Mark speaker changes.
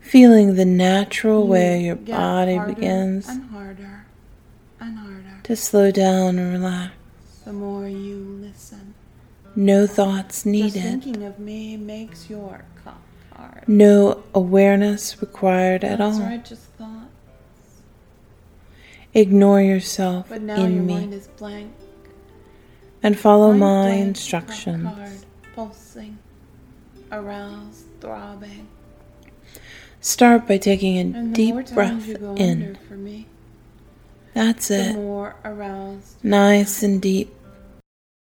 Speaker 1: feeling the natural way
Speaker 2: You
Speaker 1: your
Speaker 2: get
Speaker 1: body
Speaker 2: harder
Speaker 1: begins
Speaker 2: And harder and harder.
Speaker 1: to slow down and relax.
Speaker 2: The more you listen.
Speaker 1: No thoughts
Speaker 2: Just
Speaker 1: needed,
Speaker 2: thinking of me makes your cock hard.
Speaker 1: no awareness required at
Speaker 2: That's
Speaker 1: all.
Speaker 2: right, just thought.
Speaker 1: Ignore yourself
Speaker 2: But now your
Speaker 1: in
Speaker 2: mind
Speaker 1: me
Speaker 2: is blank.
Speaker 1: and follow
Speaker 2: Mind
Speaker 1: my
Speaker 2: blank,
Speaker 1: instructions.
Speaker 2: cock hard, Pulsing, aroused, throbbing.
Speaker 1: Start by taking a
Speaker 2: And the
Speaker 1: deep
Speaker 2: more times
Speaker 1: breath
Speaker 2: you go
Speaker 1: in.
Speaker 2: under for me,
Speaker 1: That's
Speaker 2: the
Speaker 1: it.
Speaker 2: more aroused.
Speaker 1: Nice and deep.